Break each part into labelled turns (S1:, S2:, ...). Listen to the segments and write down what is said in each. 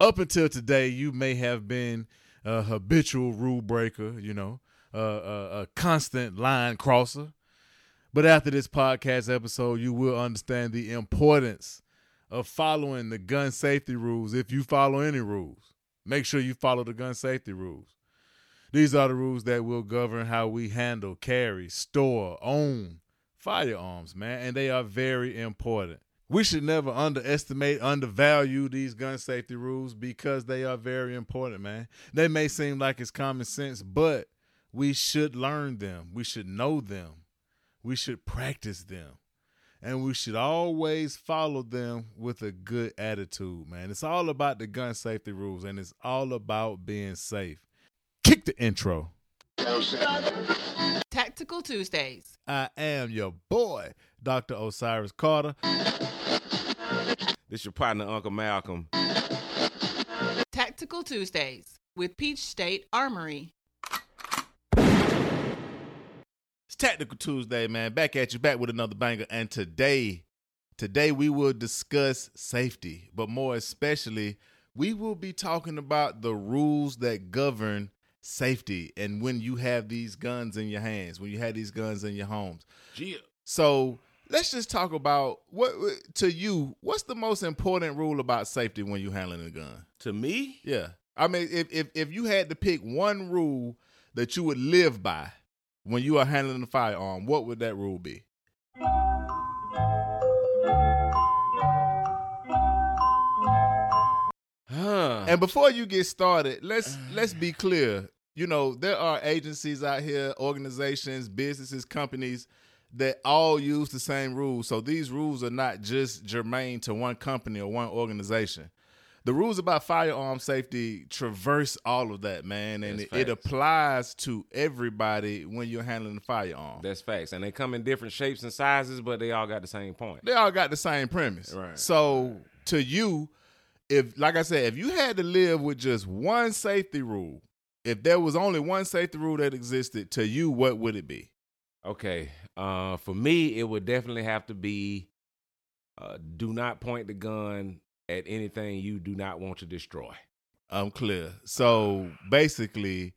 S1: up until today, you may have been a habitual rule breaker, you know, a, a, a constant line crosser. But after this podcast episode, you will understand the importance of following the gun safety rules if you follow any rules. Make sure you follow the gun safety rules. These are the rules that will govern how we handle, carry, store, own firearms, man, and they are very important. We should never underestimate, undervalue these gun safety rules because they are very important, man. They may seem like it's common sense, but we should learn them. We should know them. We should practice them. And we should always follow them with a good attitude, man. It's all about the gun safety rules and it's all about being safe. Kick the intro.
S2: Tactical Tuesdays.
S1: I am your boy, Dr. Osiris Carter.
S3: This your partner, Uncle Malcolm.
S2: Tactical Tuesdays with Peach State Armory.
S1: It's Tactical Tuesday, man. Back at you, back with another banger. And today, today we will discuss safety, but more especially, we will be talking about the rules that govern safety and when you have these guns in your hands, when you have these guns in your homes.
S3: Yeah.
S1: So let's just talk about what to you. What's the most important rule about safety when you handling a gun?
S3: To me,
S1: Yeah, I mean, if if if you had to pick one rule that you would live by when you are handling a firearm, what would that rule be?
S3: huh?
S1: And before you get started, let's
S3: Uh.
S1: let's be clear. You know, there are agencies out here, organizations, businesses, companies that all use the same rules. So these rules are not just germane to one company or one organization. The rules about firearm safety traverse all of that, man, and it,
S3: That's
S1: it
S3: facts.
S1: applies to everybody when you're handling a firearm.
S3: That's facts, and they come in different shapes and sizes, but they all got the same point.
S1: they all got the same premise.
S3: Right.
S1: So to you, if like I said, if you had to live with just one safety rule, if there was only one safety rule that existed, to you, what would it be?
S3: Okay, uh, for me, it would definitely have to be, uh, do not point the gun at anything you do not want to destroy.
S1: I'm clear. So basically,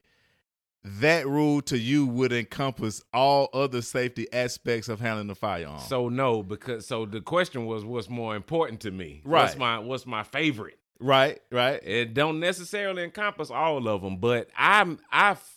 S1: that rule to you would encompass all other safety aspects of handling the firearm.
S3: So no, because so the question was, what's more important to me? What's
S1: Right.
S3: my What's my favorite?
S1: right, right.
S3: It don't necessarily encompass all of them, but I'm I f-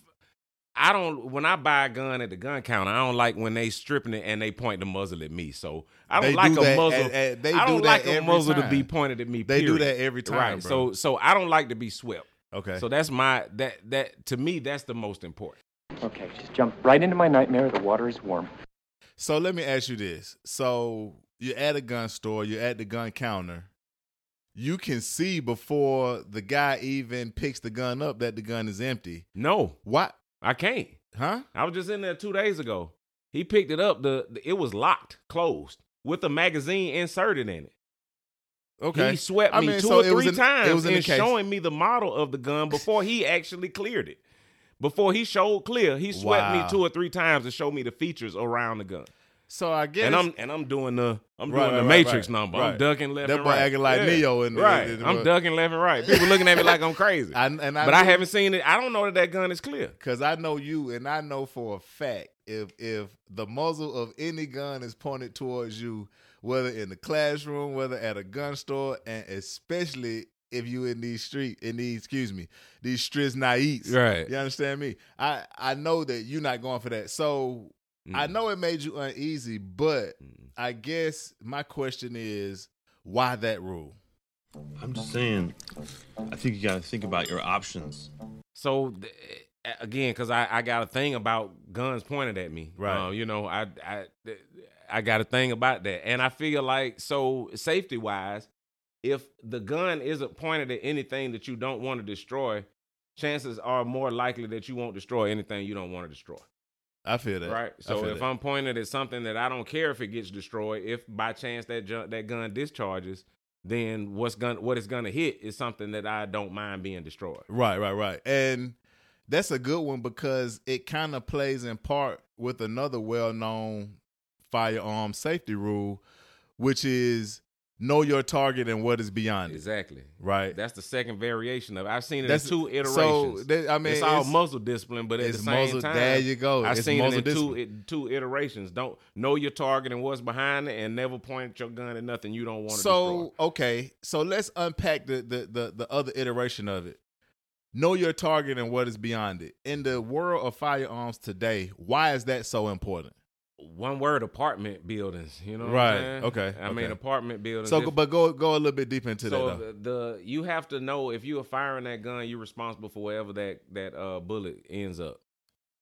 S3: I don't when I buy a gun at the gun counter, I don't like when they stripping it and they point the muzzle at me. So I don't
S1: They
S3: like
S1: do
S3: a
S1: that
S3: muzzle.
S1: at- at- they
S3: I
S1: do
S3: don't
S1: that
S3: like a
S1: every
S3: muzzle to
S1: time.
S3: be pointed at me.
S1: They do
S3: period.
S1: that every time,
S3: Right.
S1: bro.
S3: So so I don't like to be swept.
S1: Okay.
S3: So that's my that that to me that's the most important.
S4: Okay, just jump right into my nightmare. The water is warm.
S1: So let me ask you this. So you're at a gun store, you're at the gun counter. You can see before the guy even picks the gun up that the gun is empty.
S3: No,
S1: What?
S3: I can't.
S1: Huh?
S3: I was just in there two days ago. He picked it up. The, the- it was locked, closed, with a magazine inserted in it.
S1: Okay.
S3: He swept
S1: I
S3: me
S1: mean,
S3: two
S1: so
S3: or
S1: it was
S3: three
S1: in-
S3: times
S1: It was in
S3: in
S1: the case.
S3: showing me the model of the gun before he actually cleared it. Before he showed clear, he swept
S1: Wow.
S3: me two or three times to show me the features around the gun.
S1: So I guess.
S3: And I'm and I'm doing the I'm
S1: Right, right,
S3: doing the
S1: right,
S3: Matrix
S1: right.
S3: number.
S1: Right.
S3: I'm ducking left
S1: That
S3: and
S1: boy
S3: right.
S1: acting like Neo in the-
S3: right.
S1: in the-
S3: I'm ducking left and right. People looking at me like I'm crazy.
S1: I, and I
S3: but I haven't seen it. I don't know that that gun is clear.
S1: Because I know you, and I know for a fact if if the muzzle of any gun is pointed towards you, whether in the classroom, whether at a gun store, and especially if you in these street in these excuse me these streets naives
S3: Right.
S1: you understand me i i know that you're not going for that so
S3: Mm.
S1: i know it made you uneasy but i guess my question is why that rule
S5: I'm just saying, I think you gotta think about your options.
S3: So th- again, because I, I got a thing about guns pointed at me.
S1: Right.
S3: Uh, you know, I I I got a thing about that, and I feel like so safety wise, if the gun isn't pointed at anything that you don't want to destroy, chances are more likely that you won't destroy anything you don't want to destroy.
S1: i feel that
S3: Right.
S1: I
S3: So
S1: feel
S3: if
S1: that.
S3: I'm pointed at something that I don't care if it gets destroyed, if by chance that ju- that gun discharges, then what's going what it's gonna hit is something that I don't mind being destroyed.
S1: Right, right, right. And that's a good one because it kind of plays in part with another well known firearm safety rule, which is know your target and what is beyond it.
S3: Exactly.
S1: Right.
S3: That's the second variation of it. I've seen it
S1: That's-
S3: in two
S1: so,
S3: iterations.
S1: that- I mean,
S3: it's all
S1: it's-
S3: muzzle discipline, but at
S1: it's
S3: the same
S1: muzzle-
S3: time,
S1: there you go.
S3: I've
S1: It's
S3: seen it
S1: muzzle
S3: in two,
S1: discipline.
S3: it, two iterations. Don't know your target and what's behind it, and never point your gun at nothing you don't want to
S1: so okay, so let's unpack the, the the the other iteration of it. Know your target and what is beyond it. In the world of firearms today, why is that so important?
S3: One word: apartment buildings. You know, what I'm
S1: Right.
S3: saying?
S1: Okay.
S3: I mean,
S1: Okay.
S3: apartment buildings.
S1: So,
S3: If-
S1: go- but go go a little bit deeper into
S3: so
S1: that. Though.
S3: the, the you have to know if you are firing that gun, you're responsible for wherever that that uh, bullet ends up.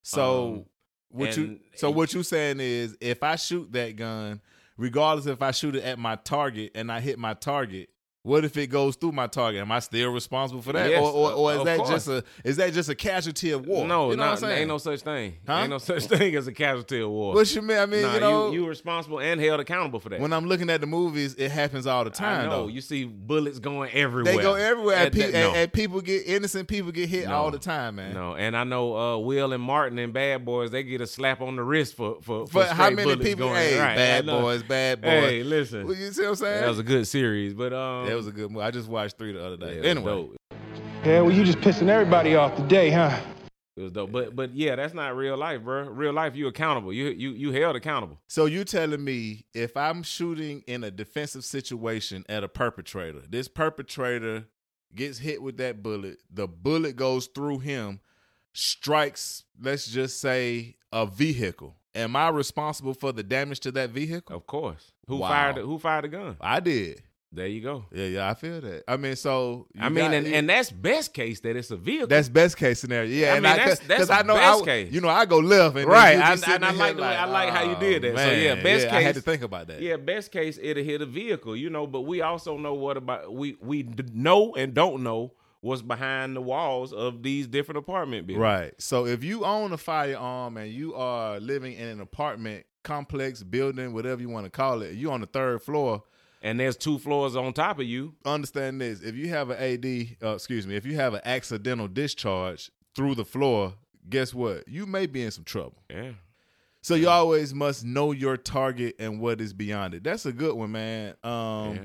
S1: So
S3: um,
S1: what you
S3: and-
S1: so what you saying is if I shoot that gun, regardless if I shoot it at my target and I hit my target, what if it goes through my target? Am I still responsible for that,
S3: Yes, uh,
S1: or, or, or is
S3: of
S1: that
S3: course.
S1: just a is that just a casualty of war?
S3: No,
S1: you know
S3: nah,
S1: what I'm saying.
S3: ain't no such thing.
S1: Huh?
S3: Ain't no such thing as a casualty of war.
S1: what you mean? I mean,
S3: nah,
S1: you know,
S3: you, responsible and held accountable for that.
S1: when I'm looking at the movies, it happens all the
S3: I
S1: time.
S3: know
S1: though
S3: you see bullets going everywhere.
S1: they go everywhere, and,
S3: At
S1: pe-
S3: that- no,
S1: and, and people get innocent people get hit
S3: No.
S1: all the time, man.
S3: no, and I know uh, Will and Martin and Bad Boys. They get a slap on the wrist for for, for
S1: But how
S3: straight
S1: many
S3: bullets
S1: people?
S3: Going,
S1: Hey,
S3: right.
S1: bad
S3: I know.
S1: boys, bad boys.
S3: Hey, listen,
S1: Well, you see what I'm saying?
S3: that was a good series, but um,
S1: That was a good movie. I just watched three the other
S3: yeah,
S1: day.
S3: it was
S1: anyway,
S3: dope.
S6: Yeah, well, you just pissing everybody off today, huh?
S3: It was dope, but but yeah, that's not real life, bro. Real life, you accountable. You you you held accountable.
S1: so you telling me if I'm shooting in a defensive situation at a perpetrator, this perpetrator gets hit with that bullet, the bullet goes through him, strikes, let's just say, a vehicle. Am I responsible for the damage to that vehicle?
S3: Of course. Who
S1: Wow.
S3: fired? the- Who fired the gun?
S1: I did.
S3: There you go.
S1: Yeah, yeah, I feel that. I mean, so you
S3: I mean,
S1: got-
S3: and, and that's best case that it's a vehicle.
S1: that's best case scenario. Yeah,
S3: I
S1: and
S3: mean,
S1: I,
S3: that's-
S1: cause,
S3: that's
S1: 'cause I know I,
S3: best
S1: w-
S3: case.
S1: you know I go left and then
S3: Right,
S1: you
S3: I-
S1: just sitting
S3: and I
S1: here
S3: like the way- I like how you did that. So, yeah,
S1: oh, man,
S3: best
S1: yeah, I had
S3: case-
S1: to think about that.
S3: Yeah, best case it'll hit a vehicle, you know. But we also know what about we we d- know and don't know what's behind the walls of these different apartment buildings.
S1: Right. So if you own a firearm and you are living in an apartment complex, building, whatever you want to call it, you on the third floor.
S3: And there's two floors on top of you.
S1: Understand this: if you have an AD, uh, excuse me, if you have an accidental discharge through the floor, guess what? You may be in some trouble.
S3: Yeah.
S1: So you always must know your target and what is beyond it. That's a good one, man. Um,
S3: yeah.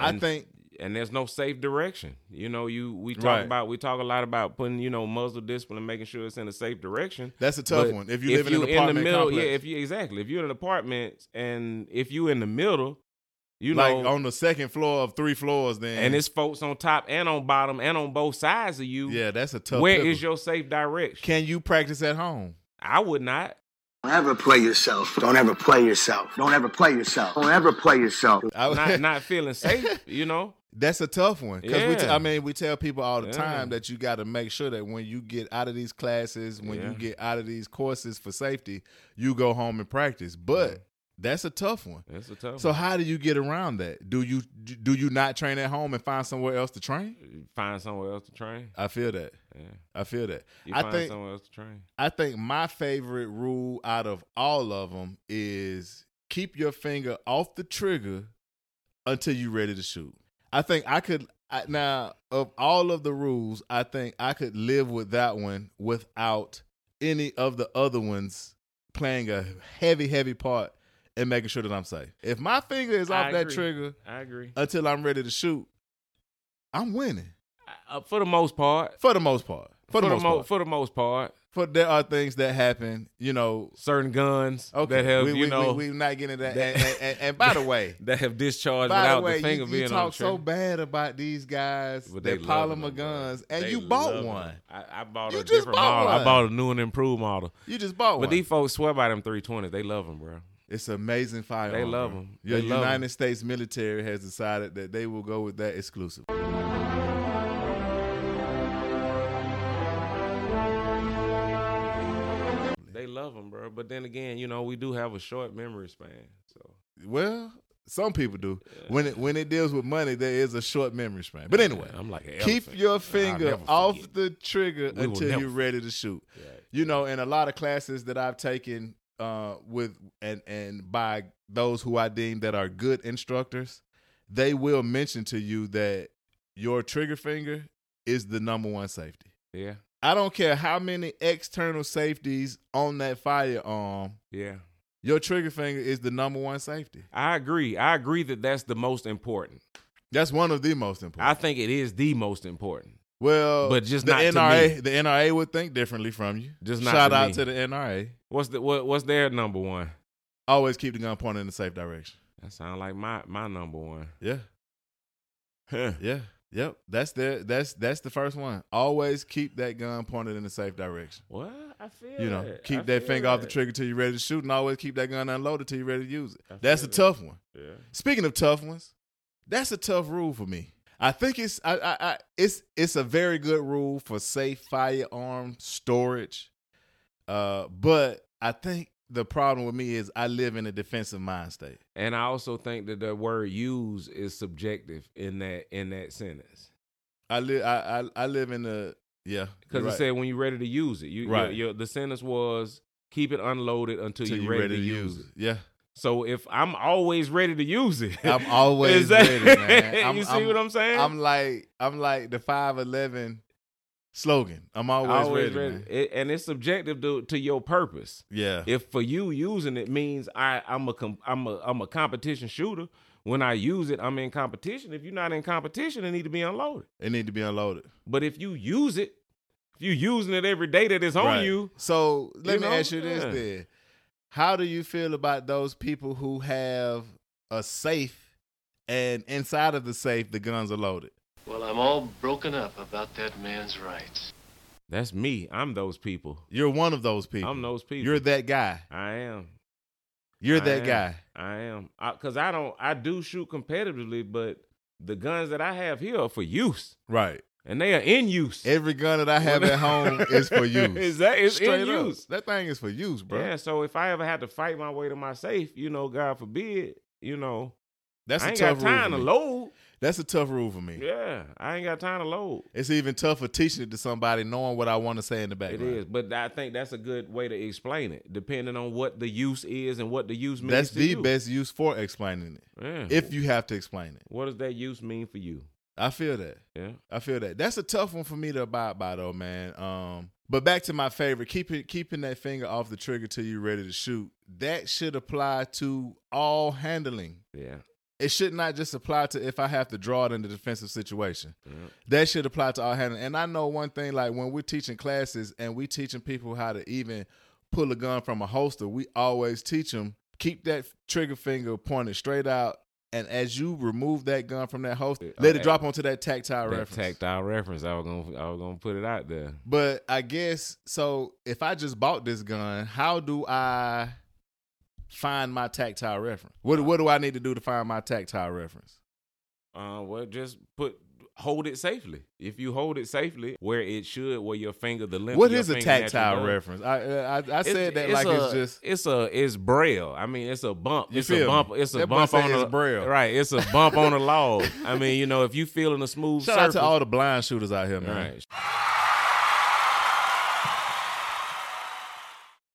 S1: I
S3: And-
S1: think
S3: And there's no safe direction. You know, you we talk
S1: Right.
S3: about we talk a lot about putting, you know, muzzle discipline and making sure it's in a safe direction.
S1: that's a tough
S3: But
S1: one. If you live in an
S3: you
S1: apartment
S3: the middle,
S1: complex,
S3: yeah, if you exactly, if you're in an apartment and if you in the middle, you
S1: like
S3: know,
S1: on the second floor of three floors, then
S3: and it's folks on top and on bottom and on both sides of you.
S1: yeah, that's a tough.
S3: Where is
S1: pickle.
S3: your safe direction?
S1: Can you practice at home?
S3: I would not.
S7: Don't ever play yourself. Don't ever play yourself. Don't ever play yourself. Don't ever play yourself.
S1: I-
S3: Not not feeling safe, you know.
S1: That's a tough one because we t-
S3: Yeah.
S1: I mean we tell people all the
S3: Yeah.
S1: time that you got to make sure that when you get out of these classes, when you
S3: Yeah.
S1: get out of these courses for safety, you go home and practice. But that's a tough one.
S3: That's a tough.
S1: So how do you get around that? Do you do you not train at home and find somewhere else to train?
S3: one. find somewhere else to train.
S1: I feel that.
S3: Yeah,
S1: I feel that.
S3: you
S1: I
S3: find
S1: think
S3: somewhere else to train.
S1: I think my favorite rule out of all of them is keep your finger off the trigger until you're ready to shoot. I think I could I, now of all of the rules, I think I could live with that one without any of the other ones playing a heavy, heavy part in making sure that I'm safe. If my finger is
S3: I
S1: off that
S3: agree.
S1: trigger
S3: I agree.
S1: until I'm ready to shoot, I'm winning
S3: Uh, for the most part.
S1: for the most part. For, the, most
S3: mo-
S1: part.
S3: for the most part,
S1: For there are things that happen, you know,
S3: certain guns
S1: Okay,
S3: that have
S1: we,
S3: you
S1: we,
S3: know
S1: we, we not getting into that.
S3: that-
S1: and, and, and, and by the way,
S3: that have discharged
S1: by
S3: without
S1: the way,
S3: the finger
S1: you,
S3: being
S1: you
S3: on
S1: talk
S3: the
S1: so
S3: trigger.
S1: bad about these guys,
S3: But
S1: the
S3: they love them, bro.
S1: polymer guns, and
S3: They
S1: you bought
S3: love
S1: one.
S3: them. I, I bought
S1: You
S3: a
S1: just
S3: different
S1: bought
S3: model.
S1: one.
S3: I bought a new and improved model.
S1: You just bought
S3: But
S1: one.
S3: these folks swear by them 320s. They love them, bro.
S1: it's amazing firearm.
S3: They love
S1: bro.
S3: them.
S1: Your
S3: They love
S1: United
S3: them.
S1: States military has decided that they will go with that exclusive.
S3: They love them, bro. But then again, you know, we do have a short memory span. So
S1: Well, some people do. When it when it deals with money, there is a short memory span. But anyway,
S3: I'm like, an
S1: keep
S3: elephant.
S1: your
S3: I'll
S1: finger
S3: never
S1: off
S3: forget.
S1: the trigger
S3: will
S1: until
S3: never
S1: you're ready to shoot.
S3: Right.
S1: You know, in a lot of classes that I've taken uh, with and and by those who I deem that are good instructors, they will mention to you that your trigger finger is the number one safety.
S3: Yeah,
S1: I don't care how many external safeties on that firearm,
S3: yeah.
S1: Your trigger finger is the number one safety.
S3: I agree. I agree that that's the most important.
S1: That's one of the most important.
S3: I think it is the most important.
S1: well,
S3: but just
S1: the
S3: not to
S1: NRA,
S3: me.
S1: the NRA would think differently from you.
S3: Just not
S1: shout
S3: to
S1: out
S3: me.
S1: to the NRA.
S3: What's the what, what's their number one?
S1: Always keep the gun pointed in the safe direction.
S3: That sounds like my my number one.
S1: Yeah, yeah, yep. That's the that's that's the first one. Always keep that gun pointed in the safe direction.
S3: Well, I feel
S1: You know,
S3: that.
S1: keep
S3: I
S1: that
S3: feel
S1: finger off the
S3: that.
S1: trigger till you're ready to shoot, and always keep that gun unloaded till you're ready to use it.
S3: I
S1: That's a
S3: feel that.
S1: tough one.
S3: Yeah.
S1: Speaking of tough ones, that's a tough rule for me. I think it's I, I, I it's it's a very good rule for safe firearm storage. Uh, but I think the problem with me is I live in a defensive mind state.
S3: And I also think that the word use is subjective in that in that sentence.
S1: I live I, I I live in a yeah
S3: Because it said when you're ready to use it. You, your-
S1: Right.
S3: your- the sentence was keep it unloaded until, you're, ready, to use it.
S1: Yeah,
S3: So if I'm always ready to use it,
S1: I'm always
S3: is that-
S1: ready, man. I'm,
S3: you see what I'm saying?
S1: I'm like I'm like the five eleven slogan. I'm always, ready. man.
S3: It- and it's subjective to, to your purpose.
S1: Yeah,
S3: If for you using it means I I'm a com- I'm a I'm a competition shooter. When I use it, I'm in competition. If you're not in competition, it need to be unloaded.
S1: it need to be unloaded.
S3: But if you use it, if you're using it every day that it's on
S1: Right.
S3: you,
S1: So let
S3: You
S1: me
S3: know?
S1: ask you this
S3: Yeah.
S1: then. How do you feel about those people who have a safe and inside of the safe the guns are loaded?
S8: Well, I'm all broken up about that man's rights.
S3: that's me. I'm those people.
S1: You're one of those people.
S3: I'm those people.
S1: You're that guy.
S3: I am.
S1: You're
S3: I
S1: that
S3: am.
S1: guy.
S3: I am. I, Cause I don't. I do shoot competitively, but the guns that I have here are for use,
S1: Right.
S3: and they are in use.
S1: Every gun that I have at home is for use.
S3: Is that it's in
S1: up.
S3: use?
S1: That thing is for use, bro.
S3: Yeah. So if I ever had to fight my way to my safe, you know, God forbid, you know,
S1: That's
S3: I
S1: a
S3: ain't
S1: tough
S3: got time to
S1: rule. For me.
S3: load.
S1: That's a tough rule for me.
S3: Yeah, I ain't got time to load.
S1: It's even tougher teaching it to somebody knowing what I want to say in the
S3: It
S1: background.
S3: is, but I think that's a good way to explain it, depending on what the use is and what the use means.
S1: That's
S3: to
S1: the
S3: you.
S1: best use for explaining it.
S3: Yeah.
S1: If you have to explain it.
S3: what does that use mean for you?
S1: I feel that.
S3: Yeah.
S1: I feel that. That's a tough one for me to abide by, though, man. Um, but back to my favorite, keeping keeping that finger off the trigger till you're ready to shoot. That should apply to all handling.
S3: Yeah.
S1: It should not just apply to if I have to draw it in the defensive situation. That should apply to all handling. And I know one thing, like when we're teaching classes and we teaching people how to even pull a gun from a holster, we always teach them keep that trigger finger pointed straight out. And as you remove that gun from that holster, let it drop onto that tactile
S3: That
S1: reference.
S3: tactile reference. I was gonna I was gonna put it out there.
S1: But I guess so. If I just bought this gun, how do I find my tactile reference? What What do I need to do to find my tactile reference?
S3: Uh, well, just put hold it safely. If you hold it safely where it should, where your finger, the length.
S1: What
S3: of your
S1: is a
S3: finger that you
S1: tactile
S3: done-
S1: reference? I I, I- I
S3: It's-
S1: said that like it's just
S3: it's a it's braille. I mean, it's a bump.
S1: You
S3: It's
S1: feel
S3: a
S1: me?
S3: bump. It's a
S1: That boy
S3: bump
S1: said
S3: on
S1: it's
S3: a
S1: braille.
S3: Right. It's a bump on a log. I mean, you know, if you feeling a smooth
S1: shout out
S3: surface.
S1: to all the blind shooters out here, man.
S3: right.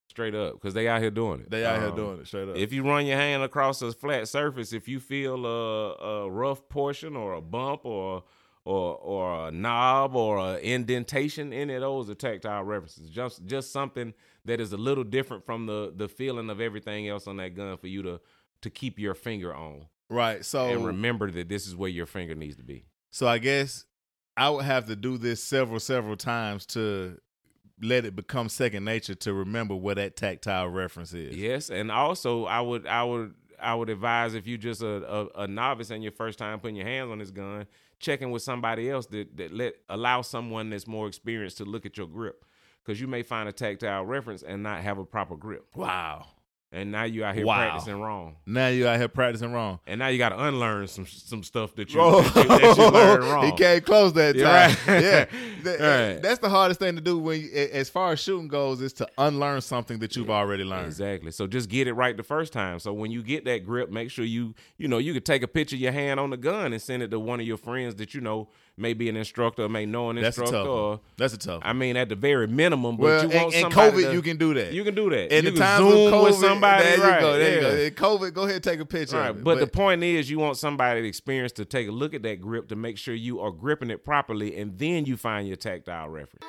S3: Straight up, because they out here doing it.
S1: They out here
S3: Um,
S1: doing it straight up.
S3: If you run your hand across a flat surface, if you feel a, a rough portion or a bump or or or a knob or an indentation, any of those are tactile references. Just just something that is a little different from the the feeling of everything else on that gun for you to to keep your finger on
S1: right.
S3: and
S1: So
S3: remember that this is where your finger needs to be.
S1: so I guess I would have to do this several several times to let it become second nature to remember what that tactile reference is.
S3: Yes, and also I would I would I would advise if you just a, a, a novice and your first time putting your hands on this gun, checking with somebody else that, that let allow someone that's more experienced to look at your grip. Cause you may find a tactile reference and not have a proper grip.
S1: Wow.
S3: And now you out here
S1: Wow.
S3: practicing wrong.
S1: Now you out here practicing wrong.
S3: And now you gotta unlearn some some stuff that you,
S1: Oh,
S3: that you, that you learned wrong.
S1: he came close that time.
S3: Yeah, right.
S1: Yeah, That-
S3: Right.
S1: that's the hardest thing to do when, you, a- as far as shooting goes, is to unlearn something that you've already learned.
S3: Exactly. So just get it right the first time. So when you get that grip, make sure you you know you could take a picture of your hand on the gun and send it to one of your friends that you know may be an instructor, or may know an
S1: That's a
S3: instructor.
S1: tough. One.
S3: Or,
S1: That's a tough. One.
S3: I mean, at the very minimum, but
S1: well,
S3: you
S1: in,
S3: want
S1: in
S3: somebody
S1: COVID,
S3: to-
S1: you can do that.
S3: you can do that.
S1: In
S3: you
S1: the
S3: can
S1: times
S3: zoom
S1: of COVID,
S3: with somebody,
S1: there you
S3: right?
S1: go. There
S3: yeah.
S1: you go. In COVID, go ahead and take a picture.
S3: All
S1: of
S3: right,
S1: it,
S3: but the point is, you want somebody experienced to take a look at that grip to make sure you are gripping it properly, and then you find your tactile reference.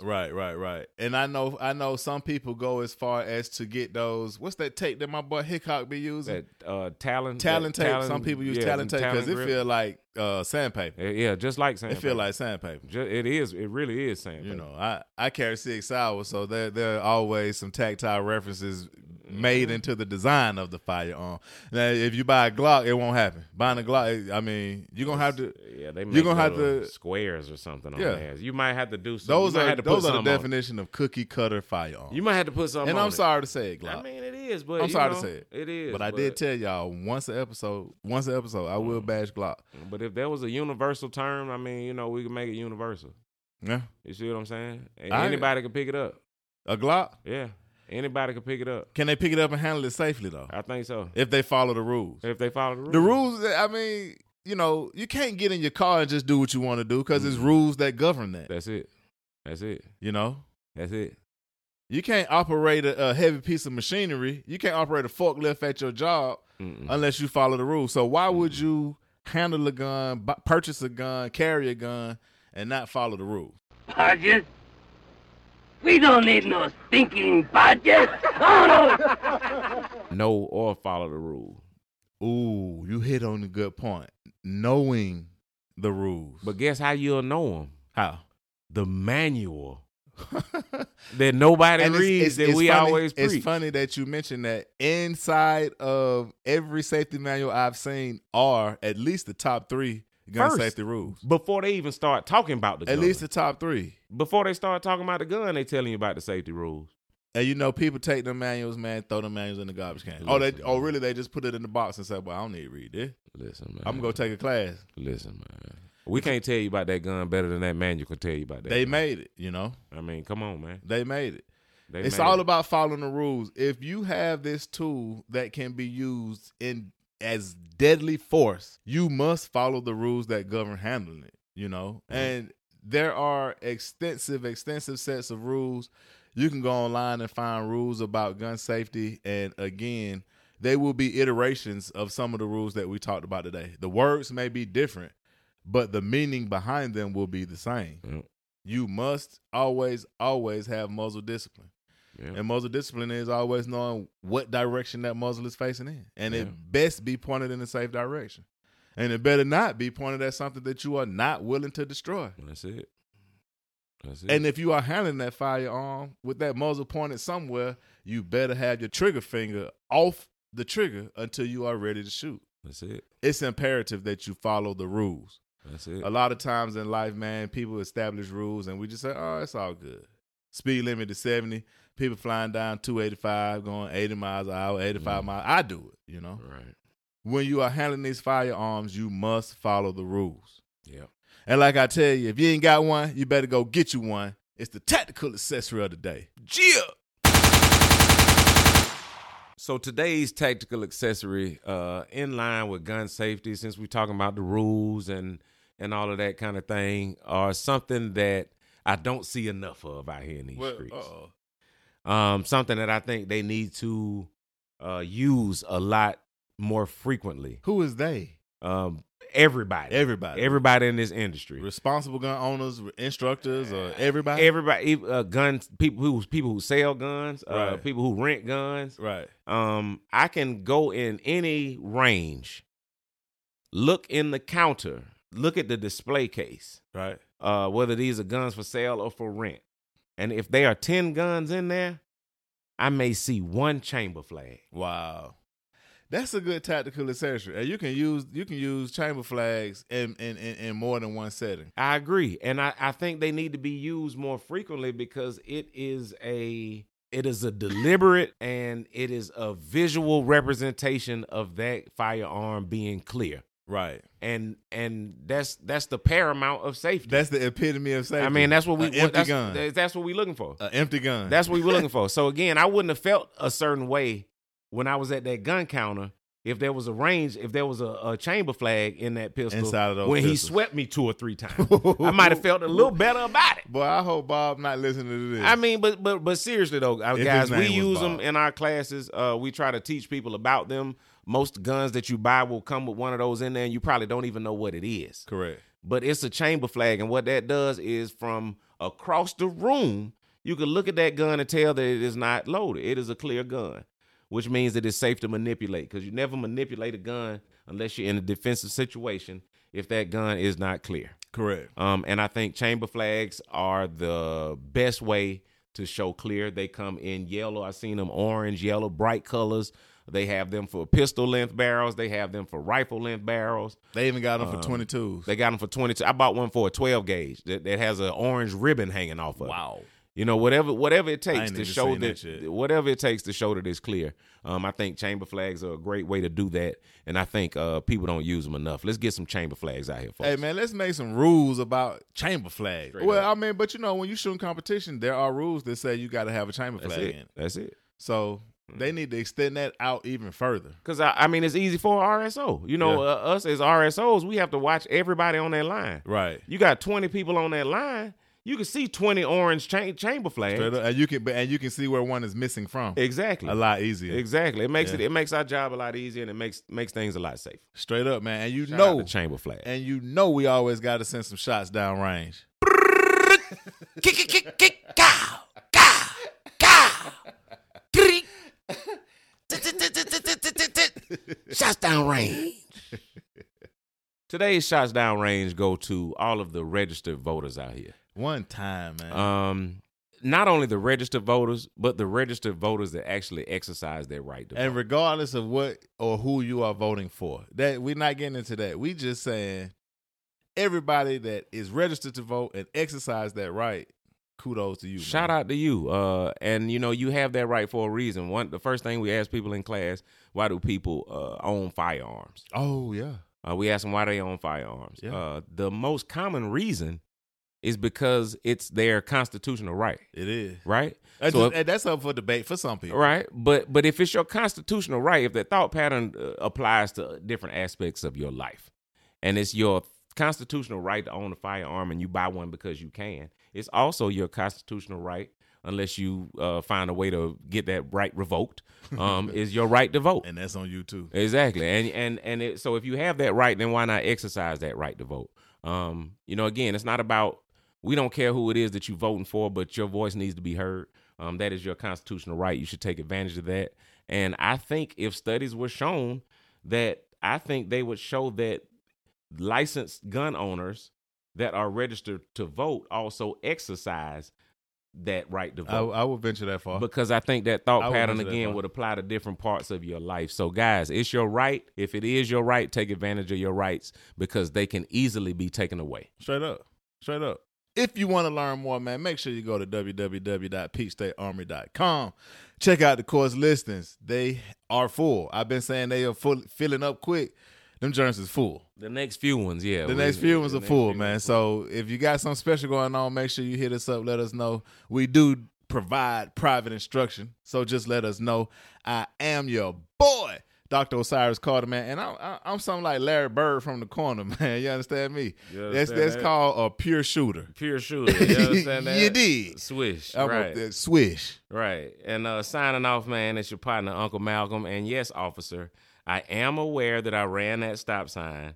S1: Right, right, right. And I know I know some people go as far as to get those what's that tape that my boy Hickok be using?
S3: That uh, talent,
S1: talent
S3: that
S1: tape. some people use
S3: yeah,
S1: talent tape because it
S3: grip.
S1: feel like uh, sandpaper.
S3: Yeah, yeah, just like sandpaper.
S1: It feel like sandpaper.
S3: Ju- it is. It really is sandpaper.
S1: You know, I, I carry six hours, so there there are always some tactile references
S3: mm-hmm.
S1: made into the design of the firearm. Now, if you buy a Glock, it won't happen. Buying a Glock, I mean, you're gonna have to.
S3: Yeah, they. Make
S1: You're gonna have
S3: little
S1: to.
S3: squares or something on
S1: Yeah.
S3: theirs. You might have to do. Some,
S1: Those
S3: you might
S1: are
S3: have to put
S1: those are the
S3: something on it.
S1: definition of cookie cutter firearm.
S3: You might have to put something.
S1: and
S3: on
S1: I'm
S3: it.
S1: sorry to say it, Glock.
S3: I mean, it is, but
S1: I'm
S3: you
S1: sorry
S3: know,
S1: to say it.
S3: It is,
S1: But I did tell y'all once an episode, once an episode, I
S3: Mm-hmm.
S1: will bash Glock.
S3: But if there was a universal term, I mean, you know, we could make it universal.
S1: Yeah.
S3: You see what I'm saying? And
S1: I-
S3: anybody could pick it up.
S1: A Glock?
S3: Yeah, anybody could pick it up.
S1: Can they pick it up and handle it safely though?
S3: I think so.
S1: If they follow the rules.
S3: If they follow the rules,
S1: The rules that- I mean, you know, you can't get in your car and just do what you want to do because
S3: Mm-hmm.
S1: it's rules that govern that.
S3: That's it. That's it.
S1: You know?
S3: That's it.
S1: You can't operate a, a heavy piece of machinery. You can't operate a forklift at your job
S3: Mm-mm.
S1: unless you follow the rules. So why would you handle a gun, bu- purchase a gun, carry a gun, and not follow the rules?
S9: Podgers. We don't need no stinking podgers. Oh, no.
S3: Know or follow the rule.
S1: Ooh, you hit on a good point. Knowing the rules,
S3: But guess how you'll know them?
S1: how?
S3: The manual that nobody reads that we
S1: funny,
S3: always preach.
S1: It's funny that you mentioned that inside of every safety manual I've seen are at least the top three gun
S3: First.
S1: safety rules.
S3: Before they even start talking about the gun,
S1: At least the top three.
S3: before they start talking about the gun, they telling you about the safety rules.
S1: And you know, people take them manuals, man, throw them manuals in the garbage can. Oh, they,
S3: Listen,
S1: oh,
S3: man.
S1: really? They just put it in the box and say, "Well, I don't need to read this.
S3: Listen, man.
S1: I'm gonna go take a class."
S3: Listen, man. We can't tell you about that gun better than that manual can tell you about that.
S1: They
S3: gun.
S1: made it. You know,
S3: I mean, come on, man.
S1: they made it.
S3: They
S1: it's
S3: made
S1: all
S3: it.
S1: about following the rules. If you have this tool that can be used in as deadly force, you must follow the rules that govern handling it, you know?
S3: Mm-hmm.
S1: And there are extensive, extensive sets of rules. You can go online and find rules about gun safety. And again, they will be iterations of some of the rules that we talked about today. The words may be different, but the meaning behind them will be the same.
S3: Yep.
S1: You must always, always have muzzle discipline.
S3: Yeah.
S1: And muzzle discipline is always knowing what direction that muzzle is facing in. And
S3: Yeah.
S1: it best be pointed in a safe direction. And it better not be pointed at something that you are not willing to destroy.
S3: That's it. That's it.
S1: And if you are handling that firearm with that muzzle pointed somewhere, you better have your trigger finger off the trigger until you are ready to shoot.
S3: That's it.
S1: It's imperative that you follow the rules.
S3: That's it.
S1: A lot of times in life, man, people establish rules and we just say, oh, it's all good. Speed limit is 70. People flying down 285, going 80 miles an hour, 85 miles. I do it, you know.
S3: Mm-hmm. Right.
S1: When you are handling these firearms, you must follow the rules.
S3: Yeah.
S1: And like I tell you, if you ain't got one, you better go get you one. It's the tactical accessory of the day.
S3: Gia. So today's tactical accessory, uh, in line with gun safety, since we're talking about the rules and and all of that kind of thing, are something that I don't see enough of out here in these streets.
S1: uh-oh.
S3: um, something that I think they need to uh, use a lot more frequently.
S1: Who is they?
S3: Um, everybody,
S1: Everybody.
S3: everybody in this industry,
S1: Responsible gun owners, instructors, or everybody?
S3: everybody, ev- uh, guns, people who people who sell guns, uh,
S1: Right.
S3: people who rent guns.
S1: right.
S3: Um, I can go in any range, look in the counter, look at the display case,
S1: Right.
S3: uh, whether these are guns for sale or for rent, and if there are ten guns in there, I may see one chamber flag.
S1: Wow. That's a good tactical accessory. And you can use you can use chamber flags in in, in, in more than one setting.
S3: I agree, and I, I think they need to be used more frequently because it is a it is a deliberate and it is a visual representation of that firearm being clear,
S1: Right.
S3: and and that's that's the paramount of safety.
S1: That's the epitome of safety.
S3: I mean, that's what we
S1: An
S3: what-
S1: empty
S3: that's,
S1: gun.
S3: that's- that's what we looking for.
S1: An empty gun.
S3: That's what we were looking for. So again, I wouldn't have felt a certain way when I was at that gun counter if there was a range, if there was a, a chamber flag in that pistol
S1: Inside of those
S3: when
S1: pistols.
S3: he swept me two or three times. I might have felt a little better about it.
S1: Boy, I hope Bob not listening to this.
S3: I mean, but but but seriously though, uh,
S1: If his
S3: guys, we
S1: name was
S3: use
S1: Bob.
S3: them in our classes. Uh, we try to teach people about them. Most guns that you buy will come with one of those in there, and you probably don't even know what it is.
S1: correct.
S3: But it's a chamber flag, and what that does is from across the room, you can look at that gun and tell that it is not loaded. It is a clear gun, which means that it's safe to manipulate because you never manipulate a gun unless you're in a defensive situation if that gun is not clear.
S1: Correct.
S3: Um, and I think chamber flags are the best way to show clear. They come in yellow. I've seen them orange, yellow, bright colors. They have them for pistol length barrels. They have them for rifle length barrels.
S1: They even got them for twenty twos.
S3: Um, They got them for 22. I bought one for a 12 gauge that, that has an orange ribbon hanging off of it. You know, whatever whatever it takes
S1: ain't
S3: to
S1: even
S3: show
S1: seen that
S3: that,
S1: shit.
S3: whatever it takes to show that it's clear. Um, I think chamber flags are a great way to do that, and I think uh, people don't use them enough. Let's get some chamber flags out here, folks.
S1: Hey man, let's make some rules about chamber flag.
S3: Straight
S1: well,
S3: up.
S1: I mean, but you know, when you shoot in competition, there are rules that say you got to have a chamber
S3: That's
S1: flag in.
S3: it. Mm. That's it.
S1: So they need to extend that out even further.
S3: Cause I, I mean, it's easy for a RSO. You know,
S1: Yeah.
S3: uh, us as RSOs, we have to watch everybody on that line.
S1: Right.
S3: You got twenty people on that line. You can see twenty orange cha- chamber flags.
S1: Straight up, and you can, but and you can see where one is missing from.
S3: Exactly.
S1: A lot easier.
S3: Exactly. It makes
S1: Yeah.
S3: it. It makes our job a lot easier, and it makes makes things a lot safer.
S1: Straight up, man. And you
S3: Shout out
S1: know,
S3: to chamber flag.
S1: and you know, we always got to send some shots down range.
S3: kick, kick, kick, kick, cow, cow, cow, three. Tit, tit, tit, tit, tit, tit, tit, tit. Shots down range. Today's shots down range go to all of the registered voters out here.
S1: One time, man.
S3: Um, not only the registered voters, but the registered voters that actually exercise their right to
S1: and
S3: vote.
S1: regardless of what or who you are voting for, that we're not getting into that. We just saying everybody that is registered to vote and exercise that right. Kudos to you.
S3: Shout out to you. Uh, and you know you have that right for a reason. One, the first thing we ask people in class: Why do people uh, own firearms?
S1: Oh yeah.
S3: Uh, we ask them why they own firearms.
S1: Yeah.
S3: Uh, the most common reason is because it's their constitutional right,
S1: It is.
S3: right?
S1: That's,
S3: So
S1: just- and that's up for debate for some people.
S3: Right, but but if it's your constitutional right, if that thought pattern uh, applies to different aspects of your life, and it's your constitutional right to own a firearm, and you buy one because you can, it's also your constitutional right, unless you uh, find a way to get that right revoked, um, is your right to vote.
S1: And that's on you too.
S3: Exactly, and and and it, so if you have that right, then why not exercise that right to vote? Um, you know, again, it's not about we don't care who it is that you're voting for, but your voice needs to be heard. Um, that is your constitutional right. You should take advantage of that. And I think if studies were shown that, I think they would show that licensed gun owners that are registered to vote also exercise that right to vote
S1: I, I would venture that far.
S3: because I think that
S1: Uh-huh. I
S3: thought
S1: would
S3: pattern
S1: answer that
S3: again
S1: thought.
S3: would apply to different parts of your life. So, guys, it's your right. If it is your right, take advantage of your rights because they can easily be taken away.
S1: Straight up. Straight up. If you want to learn more, man, make sure you go to www.peachstatearmory.com. Check out the course listings. They are full. I've been saying they are full, filling up quick. Them joints is full.
S3: The next few ones, yeah,
S1: The
S3: we-
S1: next few ones
S3: the
S1: are
S3: next
S1: full,
S3: few
S1: man.
S3: ones.
S1: So if you got something special going on, make sure you hit us up. Let us know. We do provide private instruction, so just let us know. I am your boy, Dr. Osiris Carter, man, and I'm I- I'm something like Larry Bird from the corner, man. You understand me?
S3: You
S1: that's
S3: understand
S1: that's
S3: that?
S1: called a pure shooter.
S3: pure shooter. You understand that?
S1: You did.
S3: Swish,
S1: I'm
S3: right,
S1: a, uh, swish.
S3: right. And uh, signing off, man. It's your partner, Uncle Malcolm. And yes, officer, I am aware that I ran that stop sign,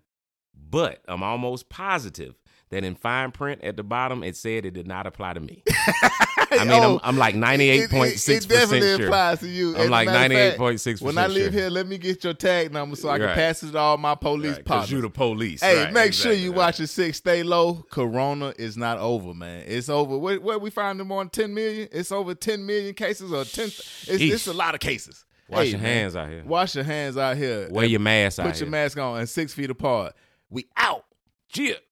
S3: but I'm almost positive. That in fine print at the bottom, it said it did not apply to me. I mean,
S1: Oh,
S3: I'm, I'm like
S1: it-
S3: 98.6%
S1: it- It definitely
S3: sure.
S1: applies to you.
S3: I'm
S1: As a
S3: like
S1: matter of fact,
S3: 98.6%
S1: When I leave
S3: sure.
S1: here, let me get your tag number so I can
S3: Right.
S1: pass it to all my police
S3: Right, 'cause
S1: partners.
S3: you the police.
S1: Hey,
S3: Right,
S1: make sure
S3: exactly,
S1: you
S3: right.
S1: watch it six. Stay low. Corona is not over, man. It's over. What, what we find them on ten million? It's over ten million cases or ten. It's, it's a lot of cases.
S3: Wash
S1: Hey,
S3: your
S1: man,
S3: hands out here.
S1: Wash your hands out here.
S3: Wear your mask out
S1: Put your
S3: here.
S1: mask on and six feet apart. We out.
S3: Jip.